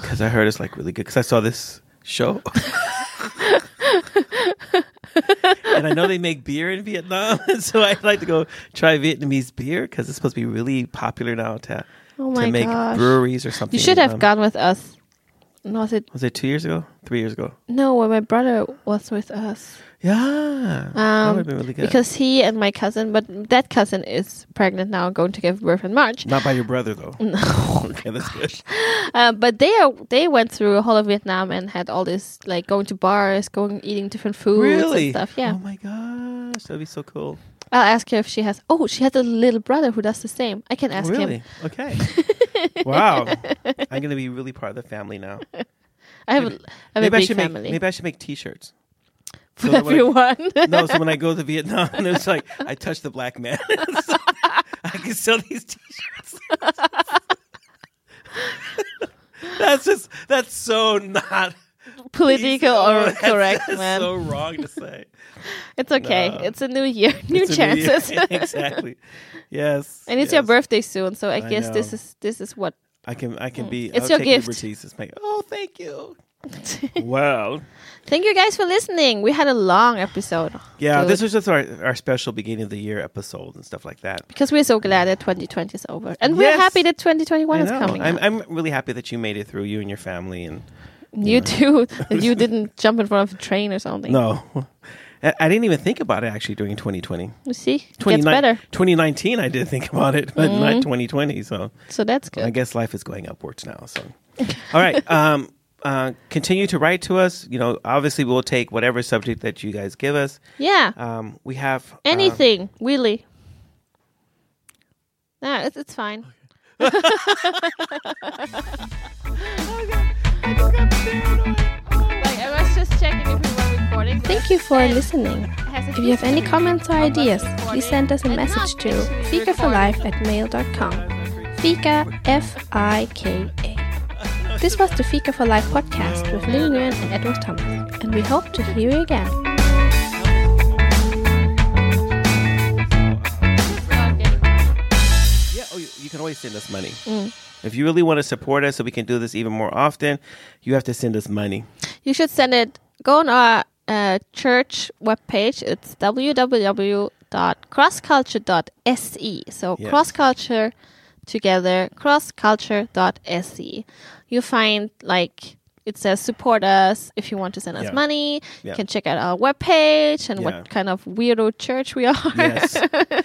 [SPEAKER 2] because I heard it's like really good. Because I saw this show. and I know they make beer in Vietnam, so I'd like to go try Vietnamese beer because it's supposed to be really popular now to,
[SPEAKER 1] Oh
[SPEAKER 2] to
[SPEAKER 1] my
[SPEAKER 2] make um,
[SPEAKER 1] gosh!
[SPEAKER 2] breweries or something.
[SPEAKER 1] you should
[SPEAKER 2] in
[SPEAKER 1] have
[SPEAKER 2] Vietnam.
[SPEAKER 1] gone with us. No, was it
[SPEAKER 2] Was it two years ago? Three years ago?
[SPEAKER 1] no? When my brother was with us.
[SPEAKER 2] Yeah, that
[SPEAKER 1] Um,
[SPEAKER 2] would have been really good.
[SPEAKER 1] Because he and my cousin, but that cousin is pregnant now, going to give birth in March.
[SPEAKER 2] Not by your brother though.
[SPEAKER 1] No.
[SPEAKER 2] Okay, that's good.
[SPEAKER 1] Uh, but they are, they went through whole of Vietnam and had all this like going to bars, going eating different foods
[SPEAKER 2] Really?
[SPEAKER 1] and stuff. Yeah,
[SPEAKER 2] Oh my gosh, that'd be so cool.
[SPEAKER 1] I'll ask her if she has. Oh, she has a little brother who does the same. I can ask
[SPEAKER 2] really?
[SPEAKER 1] him.
[SPEAKER 2] Okay. wow. I'm gonna be really part of the family now.
[SPEAKER 1] I have, a, I have a
[SPEAKER 2] maybe I
[SPEAKER 1] big
[SPEAKER 2] should
[SPEAKER 1] family
[SPEAKER 2] make maybe I should make T-shirts.
[SPEAKER 1] for
[SPEAKER 2] so that when I-
[SPEAKER 1] everyone.
[SPEAKER 2] No, so when I go to Vietnam, it's like I touch the black man. I can sell these t-shirts. that's just that's so not
[SPEAKER 1] Political
[SPEAKER 2] Oh,
[SPEAKER 1] or
[SPEAKER 2] that's-
[SPEAKER 1] correct,
[SPEAKER 2] that's
[SPEAKER 1] man.
[SPEAKER 2] So wrong to say.
[SPEAKER 1] it's okay.
[SPEAKER 2] Nah.
[SPEAKER 1] It's a new year, new
[SPEAKER 2] It's a year.
[SPEAKER 1] chances.
[SPEAKER 2] exactly. Yes.
[SPEAKER 1] And it's your
[SPEAKER 2] yes.
[SPEAKER 1] birthday soon, so I,
[SPEAKER 2] I
[SPEAKER 1] guess this
[SPEAKER 2] know.
[SPEAKER 1] is this is what.
[SPEAKER 2] I can I can be.
[SPEAKER 1] Mm. It's
[SPEAKER 2] I'll
[SPEAKER 1] your
[SPEAKER 2] take
[SPEAKER 1] gift.
[SPEAKER 2] liberties. It's my- oh, thank you.
[SPEAKER 1] Thank
[SPEAKER 2] Well,
[SPEAKER 1] you guys for listening. We had a long episode
[SPEAKER 2] yeah,
[SPEAKER 1] Dude.
[SPEAKER 2] this was just our, our special beginning of the year episode and stuff like that.
[SPEAKER 1] because we're so glad that 2020 is over, and we're
[SPEAKER 2] Yes.
[SPEAKER 1] happy that 2021
[SPEAKER 2] I
[SPEAKER 1] is
[SPEAKER 2] know.
[SPEAKER 1] coming.
[SPEAKER 2] I'm
[SPEAKER 1] up.
[SPEAKER 2] I'm really happy that you made it through you and your family and
[SPEAKER 1] you too. that you didn't jump in front of a train or something.
[SPEAKER 2] no. I I didn't even think about it actually during 2020.
[SPEAKER 1] You see, it gets
[SPEAKER 2] 29
[SPEAKER 1] better, Mm-hmm.
[SPEAKER 2] 2019, I did think about it, but not 2020. So
[SPEAKER 1] so that's good.
[SPEAKER 2] I guess life is going upwards now. So, all right. Um, uh, continue to write to us. You know, obviously, we'll take whatever subject that you guys give us.
[SPEAKER 1] yeah,
[SPEAKER 2] Um, we have uh,
[SPEAKER 1] anything
[SPEAKER 3] um,
[SPEAKER 1] really. No, it's, it's fine. Like I was just checking if we were recording.
[SPEAKER 3] Thank you for listening. If you have any comments or ideas, please send us a message to fikaforlife at mail.com. Fika, F I K A. This was the Fika for Life podcast with Lily Nguyen and Edward Thomas, and we hope to hear you again.
[SPEAKER 2] Yeah, oh, you, you can always send us money. If you really want to support us so we can do this even more often, you have to send us money.
[SPEAKER 1] You should send it. Go on our uh, church webpage. It's www.crossculture.se. E. So
[SPEAKER 2] Yes.
[SPEAKER 1] cross culture together, crossculture.se. You E. find like it says support us if you want to send us
[SPEAKER 2] Yeah.
[SPEAKER 1] money.
[SPEAKER 2] Yeah.
[SPEAKER 1] You can check out our webpage and
[SPEAKER 2] Yeah.
[SPEAKER 1] what kind of weirdo church we are.
[SPEAKER 2] Yes.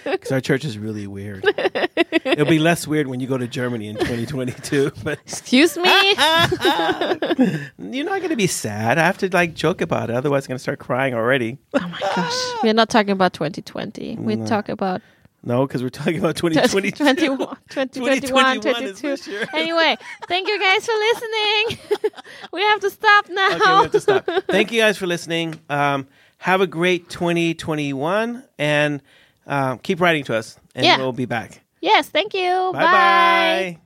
[SPEAKER 2] Because our church is really weird. It'll be less weird when you go to Germany in 2022. But
[SPEAKER 1] Excuse me.
[SPEAKER 2] you're not going to be sad. I have to like joke about it. Otherwise, I'm going to start crying already.
[SPEAKER 1] Oh my gosh. We're not talking about 2020. We talk about
[SPEAKER 2] No, because we're talking about 2022.
[SPEAKER 1] 2021, 2021,
[SPEAKER 2] 2021 is
[SPEAKER 1] 22.
[SPEAKER 2] this year.
[SPEAKER 1] Anyway, thank you guys for listening. we have to stop now.
[SPEAKER 2] Okay, we have to stop. Thank you guys for listening. Um, have a great 2021 and um, keep writing to us, and
[SPEAKER 1] Yeah.
[SPEAKER 2] we'll be back.
[SPEAKER 1] Yes, thank you.
[SPEAKER 2] Bye bye.